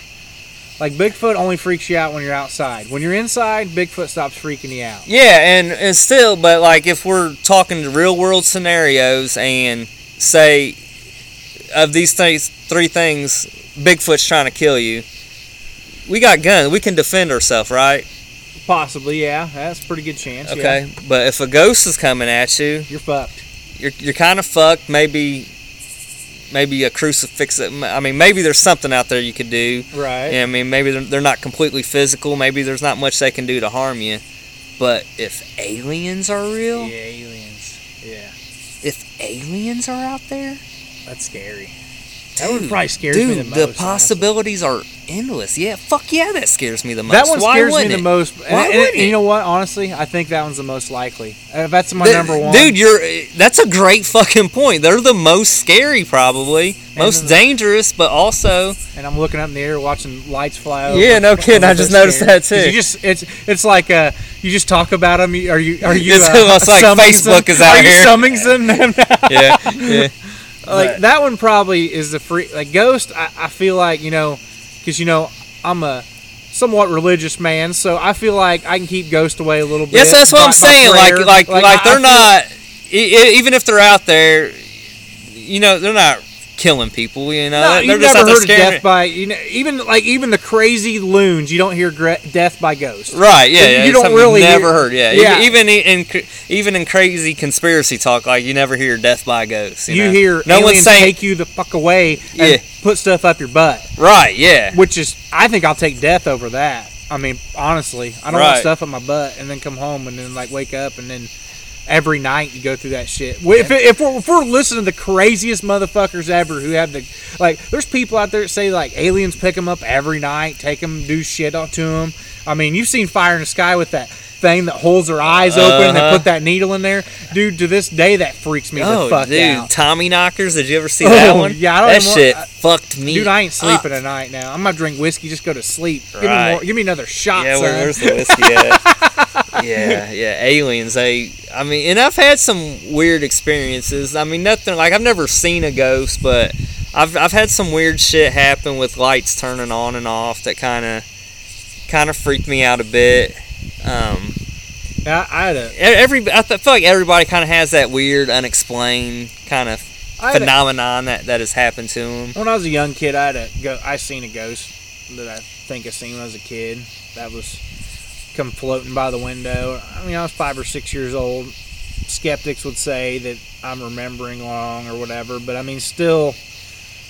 S2: like Bigfoot only freaks you out when you're outside. When you're inside, Bigfoot stops freaking you out.
S1: Yeah, and and still, but like if we're talking to real world scenarios and say of these things, three things, Bigfoot's trying to kill you. We got guns. We can defend ourselves, right?
S2: Possibly, yeah, that's a pretty good chance. yeah.
S1: Okay. But if a ghost is coming at you,
S2: you're fucked.
S1: you're, you're kind of fucked. Maybe, maybe a crucifix. I mean, maybe there's something out there you could do.
S2: Right.
S1: Yeah, I mean, maybe they're, they're not completely physical. Maybe there's not much they can do to harm you. But if aliens are
S2: Yeah,
S1: real,
S2: aliens. Yeah,
S1: if aliens are out there,
S2: that's scary. That one
S1: Dude,
S2: probably scares me
S1: dude,
S2: the
S1: the,
S2: most. honestly.
S1: possibilities are endless. Yeah, fuck yeah, that scares me the most.
S2: That one
S1: Why
S2: scares me
S1: wouldn't
S2: the
S1: it?
S2: most. And,
S1: Why
S2: and-
S1: wouldn't
S2: and you
S1: it?
S2: know what? Honestly, I think that one's the most likely. Uh, That's my
S1: Th-
S2: number one.
S1: dude. You're that's a great fucking point. They're the most scary, probably most
S2: then-
S1: dangerous, but
S2: *laughs*
S1: also
S2: and I'm looking up in the air, watching lights fly over.
S1: Yeah, no kidding. I
S2: I'm
S1: just
S2: so
S1: noticed that,
S2: scared.
S1: too.
S2: 'Cause You just it's it's like uh, you just talk about them. You, are you are you?
S1: It's
S2: uh,
S1: almost like
S2: summings them?
S1: Facebook is out
S2: are you
S1: here.
S2: summings
S1: *laughs*
S2: them now?
S1: yeah, yeah.
S2: like
S1: Right.
S2: that one probably is the free like ghost. I, I feel like you know because you know I'm a somewhat religious man, so I feel like I can keep ghost away a little bit.
S1: Yes, that's what I'm
S2: by- by
S1: saying. Like,
S2: prayer.
S1: like, like,
S2: I- I
S1: they're
S2: feel-
S1: not. e- e- Even if they're out there, you know, they're not killing people. You know,
S2: *laughs* No,
S1: uh, they're
S2: you've
S1: just out there
S2: never heard of
S1: scaring.
S2: death by you know even like even the crazy loons. You don't hear gre- death by ghosts.
S1: Right? Yeah,
S2: You
S1: yeah.
S2: don't
S1: something you've
S2: really
S1: never
S2: hear-
S1: heard. Yeah,
S2: Yeah.
S1: yeah. Even i- in cr- even in crazy conspiracy talk, like you never hear death by ghosts. You,
S2: You
S1: know?
S2: hear
S1: no
S2: aliens
S1: one's saying
S2: take you the fuck away and
S1: Yeah.
S2: put stuff up your butt,
S1: right. Yeah,
S2: which is I think I'll take death over that. I mean, honestly, I don't want
S1: Right.
S2: stuff up my butt and then come home and then like wake up and then every night you go through that shit. We- If, if we're if we're listening to the craziest motherfuckers ever who have the like, there's people out there that say like aliens pick them up every night, take them, do shit on- to them. I mean, you've seen Fire in the Sky with that thing that holds their eyes open and they
S1: Uh-huh.
S2: put that needle in there, dude. To this day, that freaks me the
S1: Oh,
S2: fuck
S1: dude,
S2: out.
S1: Tommy knockers. Did you ever see
S2: Oh,
S1: that one?
S2: yeah, I don't
S1: that
S2: even want-
S1: shit
S2: I-
S1: fucked me.
S2: Dude, I ain't sleeping
S1: up.
S2: at night now. I'm gonna drink whiskey, just go to sleep. Give me
S1: uh, Right.
S2: more, give me another shot,
S1: Yeah, where,
S2: son.
S1: where's the whiskey at?
S2: *laughs*
S1: yeah, yeah, aliens. They, I mean, and I've had some weird experiences. I mean, nothing like I've never seen a ghost, but I've I've had some weird shit happen with lights turning on and off that kind of kind of freaked me out a bit. Um,
S2: I, I had a,
S1: e- every I th- feel like everybody kind of has that weird, unexplained kind of
S2: I had a
S1: phenomenon that that has happened to them.
S2: when I was a young kid, I had a go. I seen a ghost that I think I seen when I was a kid. That was come floating by the window. I mean, I was five or six years old. Skeptics would say that I'm remembering wrong or whatever, but I mean, still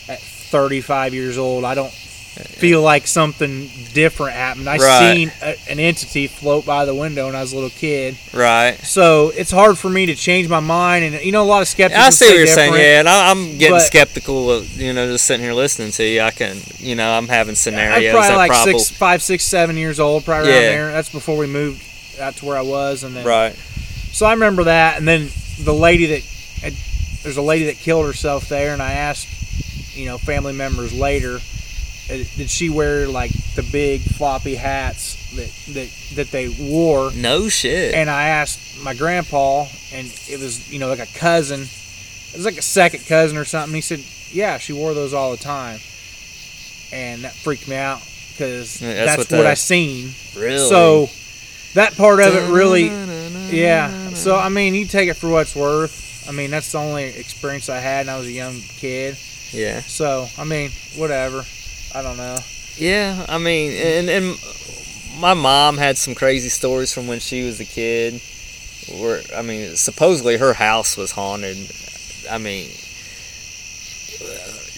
S2: at 35 years old, I don't feel like something different happened. I
S1: Right.
S2: seen a, an entity float by the window when I was a little kid.
S1: Right.
S2: So it's hard for me to change my mind, and you know a lot of skeptics.
S1: I
S2: would
S1: see
S2: say
S1: what you're
S2: different.
S1: saying, yeah, and I, I'm getting
S2: but-
S1: skeptical of you know just sitting here listening to you. I can, you know, I'm having
S2: I'm
S1: scenarios
S2: probably
S1: that
S2: like
S1: probably
S2: six, five, six, seven years old, probably around
S1: Yeah.
S2: there. That's before we moved out to where I was, and then
S1: right,
S2: so I remember that. And then the lady that had, there's a lady that killed herself there, and I asked, you know, family members later, uh, did she wear like the big floppy hats that that that they wore?
S1: no shit,
S2: and I asked my grandpa, and it was you know like a cousin, it was like a second cousin or something. He said, "Yeah, she wore those all the time," and that freaked me out because
S1: Yeah,
S2: that's,
S1: that's
S2: what,
S1: what the-
S2: I seen.
S1: really.
S2: So that part of it really, yeah. So I mean, you take it for what's worth. I mean, that's the only experience I had, and I was a young kid.
S1: Yeah.
S2: So I mean, whatever. I don't know.
S1: Yeah, I mean, and and my mom had some crazy stories from when she was a kid. Where I mean, supposedly her house was haunted. I mean,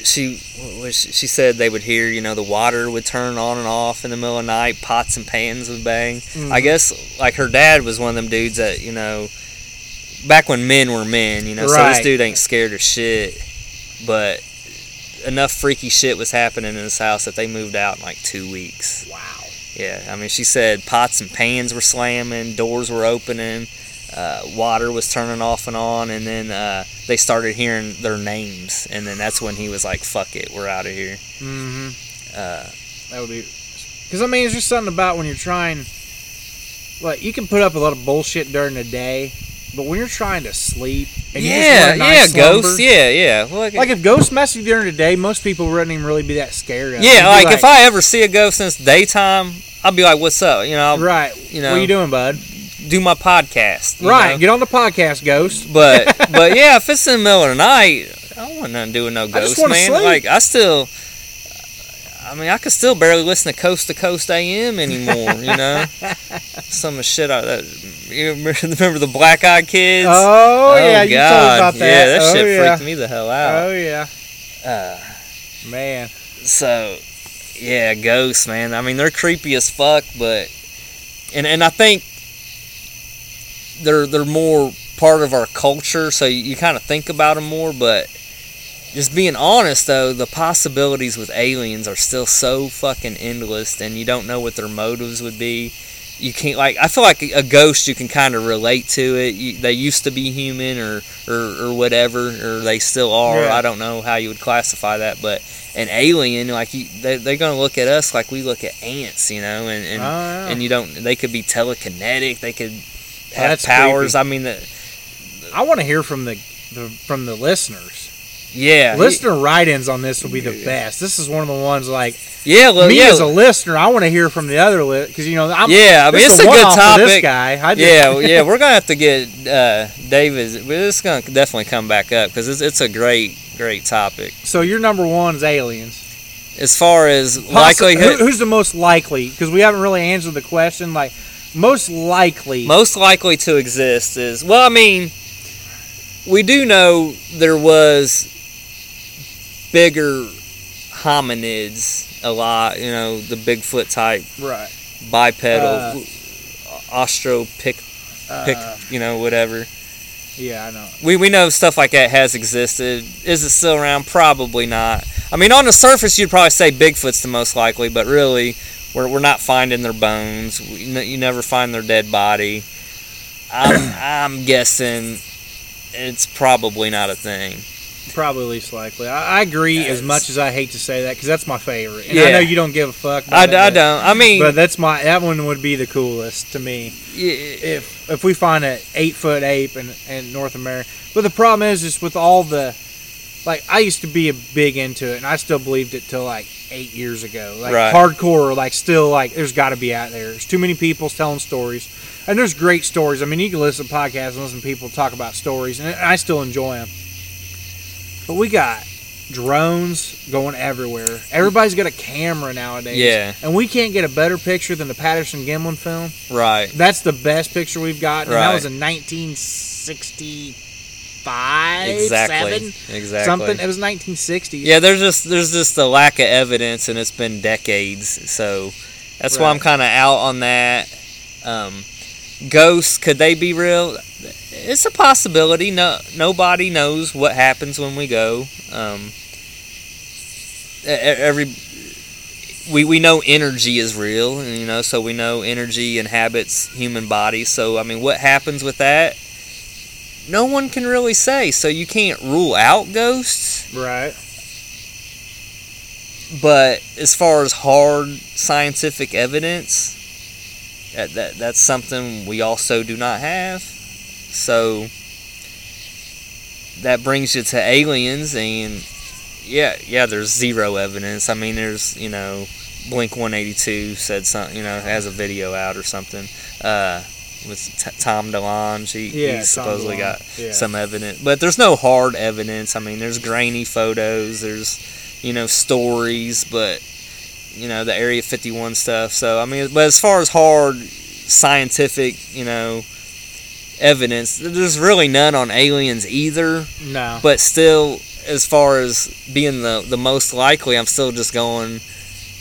S1: she she said they would hear you know the water would turn on and off in the middle of the night, pots and pans would bang.
S2: Mm. Mm-hmm.
S1: I guess like her dad was one of them dudes that you know. Back when men were men, you know, so this
S2: Right.
S1: dude ain't scared of shit. But enough freaky shit was happening in his house that they moved out in like two weeks.
S2: Wow.
S1: Yeah, I mean, she said pots and pans were slamming, doors were opening, uh, water was turning off and on, and then uh, they started hearing their names, and then that's when he was like, "Fuck it, we're out of here."
S2: hmm
S1: Uh,
S2: That would be. Because I mean, it's just something about when you're trying. Like you can put up a lot of bullshit during the day, but when you're trying to sleep, and you just
S1: yeah,
S2: want a nice
S1: yeah,
S2: slumber-
S1: ghosts, yeah, yeah. Look,
S2: Like if ghosts mess with you during the day, most people wouldn't even really be that scared. Of it. You'd
S1: yeah,
S2: be
S1: like, if I ever see a ghost in its daytime, I'll be like, "What's up?" You know, I'll
S2: right,
S1: um, you know,
S2: what are you doing, bud?
S1: do my podcast. you
S2: Right,
S1: know?
S2: get on the podcast, ghost. *laughs*
S1: But but yeah, if it's in the middle of the night, I don't want nothing to do with no
S2: just
S1: ghost,
S2: wanna
S1: man.
S2: sleep.
S1: Like I still, I mean, I could still barely listen to Coast to Coast AM anymore. You
S2: *laughs*
S1: know, some of the shit out that you remember, *laughs* remember the Black Eyed Kids.
S2: oh, yeah, you told me about that.
S1: Yeah, that
S2: oh,
S1: shit
S2: yeah.
S1: freaked me the hell out.
S2: Oh yeah,
S1: Uh,
S2: man.
S1: so yeah, ghosts, man. I mean, they're creepy as fuck, but and and I think they're they're more part of our culture, so you, you kind of think about them more. But just being honest, though, the possibilities with aliens are still so fucking endless, and you don't know what their motives would be. You can't like I feel like a ghost you can kind of relate to it. You, they used to be human or, or or whatever, or they still are.
S2: Yeah.
S1: I don't know how you would classify that, but an alien like you, they, they're gonna look at us like we look at ants, you know, and and,
S2: Oh, yeah. Oh,
S1: and you don't they could be telekinetic they could have
S2: That's
S1: powers i mean the,
S2: I want to hear from the, the from the listeners.
S1: yeah
S2: Listener write-ins on this will be the best. This is one of the ones like
S1: yeah well,
S2: me
S1: yeah,
S2: as a listener, I want to hear from the other because you know I'm
S1: yeah i mean it's
S2: this is
S1: a good
S2: one-off for This
S1: topic
S2: guy, I just- *laughs*
S1: yeah well, yeah we're gonna have to get uh david we're just gonna definitely come back up because it's, it's a great great topic
S2: So your number one is aliens.
S1: as far as
S2: Possi-
S1: likelihood
S2: who- who's the most likely? Because we haven't really answered the question. Like most likely.
S1: most likely to exist is well i mean we do know there was bigger hominids a lot you know the bigfoot type
S2: right.
S1: bipedal
S2: Uh,
S1: austropic pick
S2: Uh,
S1: you know whatever
S2: yeah, I know.
S1: we, we know stuff like that has existed is it still around probably not i mean on the surface you'd probably say bigfoot's the most likely but really we're, we're not finding their bones we, n- you never find their dead body i'm, I'm guessing it's probably not a thing
S2: Probably least likely. I, I agree
S1: Yeah,
S2: as
S1: it's-
S2: much as I hate to say that because that's my favorite. And I
S1: Yeah.
S2: know you don't give a fuck.
S1: I,
S2: About
S1: I
S2: it, but-
S1: don't i mean
S2: But that's my that one would be the coolest to me.
S1: y-
S2: if if we find an eight foot ape in, in North America. But the problem is, is with all the, like I used to be a big into it, and I still believed it till like eight years ago, like
S1: Right.
S2: hardcore, like still like there's got to be out there. There's too many people telling stories, and there's great stories. I mean, you can listen to podcasts and listen to people talk about stories, and I still enjoy them. But we got drones going everywhere. Everybody's got a camera nowadays.
S1: Yeah.
S2: And we can't get a better picture than the Patterson Gimlin film.
S1: right
S2: That's the best picture we've gotten. and
S1: Right.
S2: That was in 1965,
S1: exactly
S2: seven,
S1: exactly
S2: something. It was 1960s.
S1: Yeah, there's just there's just the lack of evidence, and it's been decades. So that's why I'm kind of out on that. Um, ghosts, could they be real? It's a possibility. No, nobody knows what happens when we go. Um, e- e- every we we know energy is real, and you know, so we know energy inhabits human bodies. So I mean, what happens with that? No one can really say. So you can't rule out ghosts
S2: Right.
S1: but as far as hard scientific evidence that, that that's something we also do not have so that brings you to aliens and yeah yeah there's zero evidence i mean there's you know blink 182 said something you know has a video out or something uh with t- Tom DeLonge. He, he
S2: Yeah, Tom
S1: supposedly
S2: DeLonge.
S1: got
S2: Yeah.
S1: some evidence, but there's no hard evidence. I mean, there's grainy photos, there's you know stories, but you know the Area 51 stuff. So I mean, but as far as hard scientific, you know, evidence, there's really none on aliens either
S2: No.
S1: but still as far as being the the most likely i'm still just going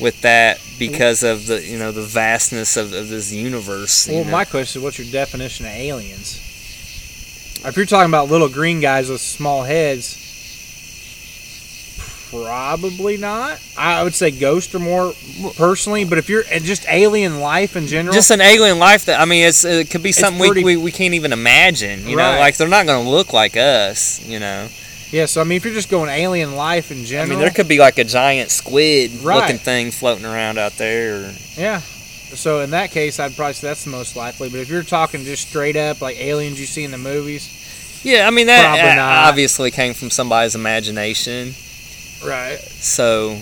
S1: with that because of the you know the vastness of, of this universe you
S2: Well,
S1: know.
S2: my question is, what's your definition of aliens? If you're talking about little green guys with small heads, probably not. I would say ghost or more personally, but if you're and just alien life in general,
S1: just an alien life that i mean it's it could be something
S2: pretty-
S1: we, we, we can't even imagine you know
S2: Right.
S1: like they're not going to look like us you know
S2: yeah. So I mean, if you're just going alien life in
S1: i
S2: general,
S1: mean there could be like a giant squid looking
S2: Right.
S1: thing floating around out there or,
S2: yeah. So in that case, I'd probably say that's the most likely. But if you're talking just straight up like aliens you see in the movies,
S1: yeah i mean that
S2: Probably
S1: uh,
S2: not.
S1: obviously came from somebody's imagination
S2: right?
S1: so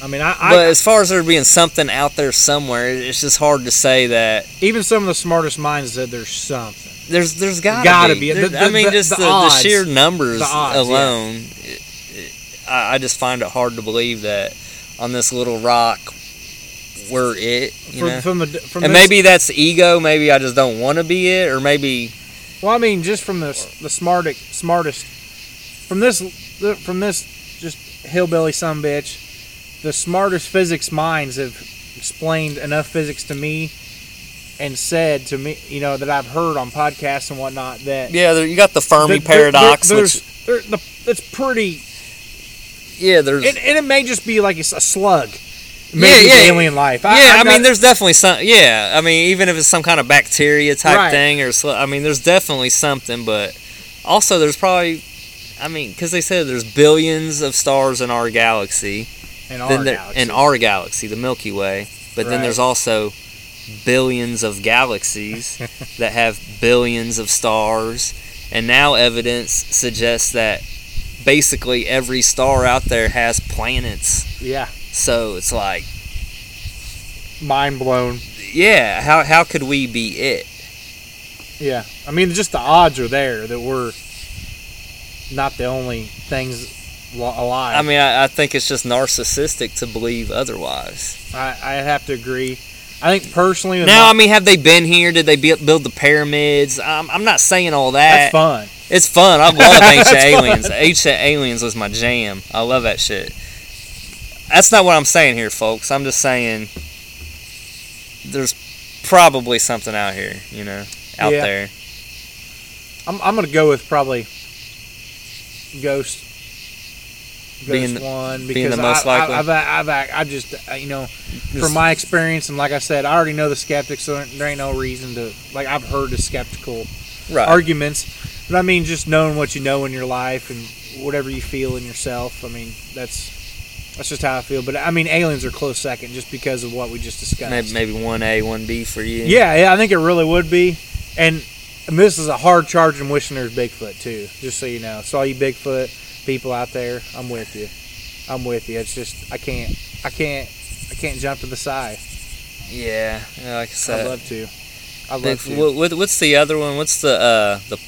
S2: I mean, I,
S1: but
S2: I
S1: as far as there being something out there somewhere it's just hard to say that
S2: even some of the smartest minds said there's something.
S1: There's there's gotta,
S2: Gotta
S1: be.
S2: be.
S1: There-
S2: The-
S1: I
S2: the-
S1: mean,
S2: the-
S1: just the,
S2: the
S1: the,
S2: odds.
S1: sheer numbers
S2: The odds, yeah.
S1: alone. It, it, I, I just find it hard to believe that on this little rock, we're it. You
S2: From,
S1: know?
S2: from the from
S1: and
S2: this-
S1: maybe that's ego. Maybe I just don't want to be it, or maybe
S2: Well, I mean, just from the the smartest smartest from this the- from this just hillbilly some bitch, the smartest physics minds have explained enough physics to me and said to me, you know, that I've heard on podcasts and whatnot that
S1: yeah. There, you got the Fermi
S2: that there-
S1: paradox,
S2: there-
S1: which
S2: there's- there- the- it's pretty,
S1: yeah, there's
S2: and, and it may just be like it's a slug,
S1: Yeah,
S2: maybe
S1: yeah.
S2: it's alien life.
S1: yeah, I,
S2: I'm
S1: mean,
S2: not-
S1: there's definitely some. Yeah, I mean, even if it's some kind of bacteria type
S2: Right.
S1: thing, or sl- I mean, there's definitely something. But also, there's probably, I mean, because they said there's billions of stars in our galaxy,
S2: in our
S1: then there-
S2: galaxy.
S1: in our galaxy, the Milky Way. But then
S2: Right.
S1: there's also billions of
S2: *laughs*
S1: galaxies that have billions of stars, and now evidence suggests that basically every star out there has planets.
S2: yeah,
S1: So it's like.
S2: mind blown.
S1: yeah how, how could we be it
S2: Yeah, I mean, just the odds are there that we're not the only things lo- alive.
S1: i mean I, I think it's just narcissistic to believe otherwise
S2: I, I have to agree. I think personally, with
S1: now
S2: my-
S1: i mean have they been here did they build, build the pyramids I'm, I'm not saying all that
S2: that's fun.
S1: it's fun i
S2: *laughs*
S1: love ancient aliens ancient aliens was my jam i love that shit that's not what i'm saying here folks i'm just saying there's probably something out here you know out
S2: Yeah.
S1: there
S2: I'm, I'm gonna go with probably ghost. Ghost
S1: Being-
S2: one because
S1: being the most
S2: I,
S1: likely.
S2: I, I've, I've, I've, I just uh, you know
S1: Just-
S2: from my experience and like I said, I already know the skeptics. So there ain't no reason to like I've heard the skeptical
S1: right
S2: arguments, but I mean just knowing what you know in your life and whatever you feel in yourself. I mean that's that's just how I feel. But I mean aliens are close second just because of what we just discussed.
S1: maybe, maybe 1a 1b for you
S2: Yeah, yeah, I think it really would be. And, and this is a hard charging wishing there's Bigfoot too, just so you know. So all you Bigfoot people out there, I'm with you. I'm with you. It's just I can't I can't I can't jump to the side.
S1: yeah, yeah like i said
S2: I'd love to. I'd
S1: Big,
S2: love to.
S1: what, what, what's the other one? What's the uh, the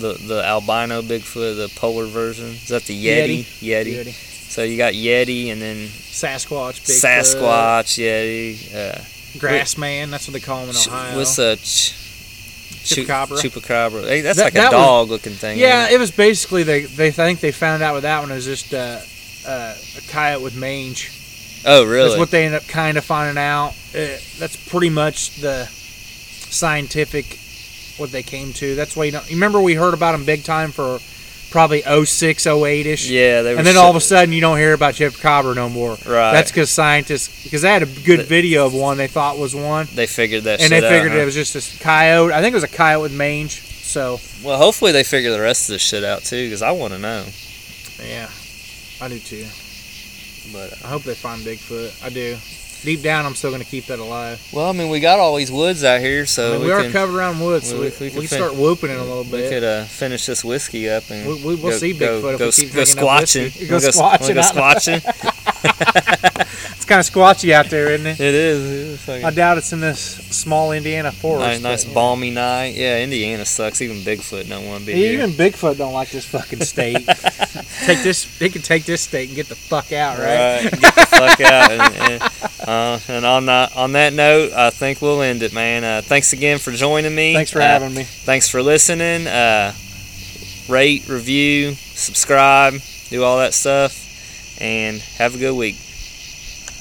S1: the the albino Bigfoot, the polar version? Is that the Yeti? Yeti.
S2: Beauty.
S1: So you got Yeti and then
S2: Sasquatch, Bigfoot,
S1: Sasquatch, Yeti. Uh,
S2: Grass Man, that's what they call him in
S1: ch-
S2: Ohio.
S1: what's a ch- chu-
S2: Chupacabra.
S1: Chupacabra. Hey, that's
S2: That-
S1: like a
S2: that was-
S1: dog looking thing.
S2: yeah,
S1: ain't
S2: it was basically they they I think they found out with that one it was just uh, uh, a coyote with mange.
S1: it? Oh, really?
S2: That's what they end up kind of finding out. Uh, that's pretty much the scientific what they came to. That's why you don't you remember we heard about them big time for probably 06, 08 ish.
S1: yeah. They were
S2: And then all of a
S1: sh-
S2: sudden you don't hear about Chupacabra no more.
S1: Right.
S2: That's because scientists because they had a good
S1: But-
S2: video of one they thought was one,
S1: they figured that.
S2: and they
S1: shit
S2: figured
S1: out,
S2: it was just this coyote. I think it was a coyote with mange. So
S1: huh? Well, hopefully they figure the rest of this shit out too, because I want to know.
S2: yeah, I do too.
S1: But uh,
S2: I hope they find Bigfoot. I do. Deep down, I'm still going to keep that alive.
S1: well, I mean, we got all these woods out here, so
S2: I mean,
S1: Uh, we,
S2: we, are
S1: can,
S2: covered around woods, so
S1: we-
S2: we,
S1: we can
S2: we, can
S1: fin-
S2: start whooping it a little
S1: We
S2: bit.
S1: could uh, finish this whiskey up and
S2: We- we- we'll see Bigfoot if we keep
S1: s-
S2: drinking that
S1: squatching.
S2: whiskey.
S1: We'll
S2: Go
S1: s-
S2: *laughs* squatching
S1: We'll go
S2: out.
S1: squatching.
S2: It's kind of squatchy out there, isn't it?
S1: It is. It is fucking-
S2: I doubt it's in this small Indiana
S1: nice,
S2: forest.
S1: nice
S2: but-
S1: balmy night. Yeah, Indiana sucks. Even Bigfoot don't want to be
S2: Yeah,
S1: here.
S2: Even Bigfoot don't like this
S1: *laughs*
S2: fucking state. take this, they can take this state and get the fuck out, right?
S1: Right. Get the fuck out. And, and, uh, and on that on that note, I think we'll end it, man. Uh, thanks again for joining me.
S2: Thanks for
S1: Uh,
S2: having me.
S1: Thanks for listening. Uh, rate, review, subscribe, do all that stuff, and have a good week.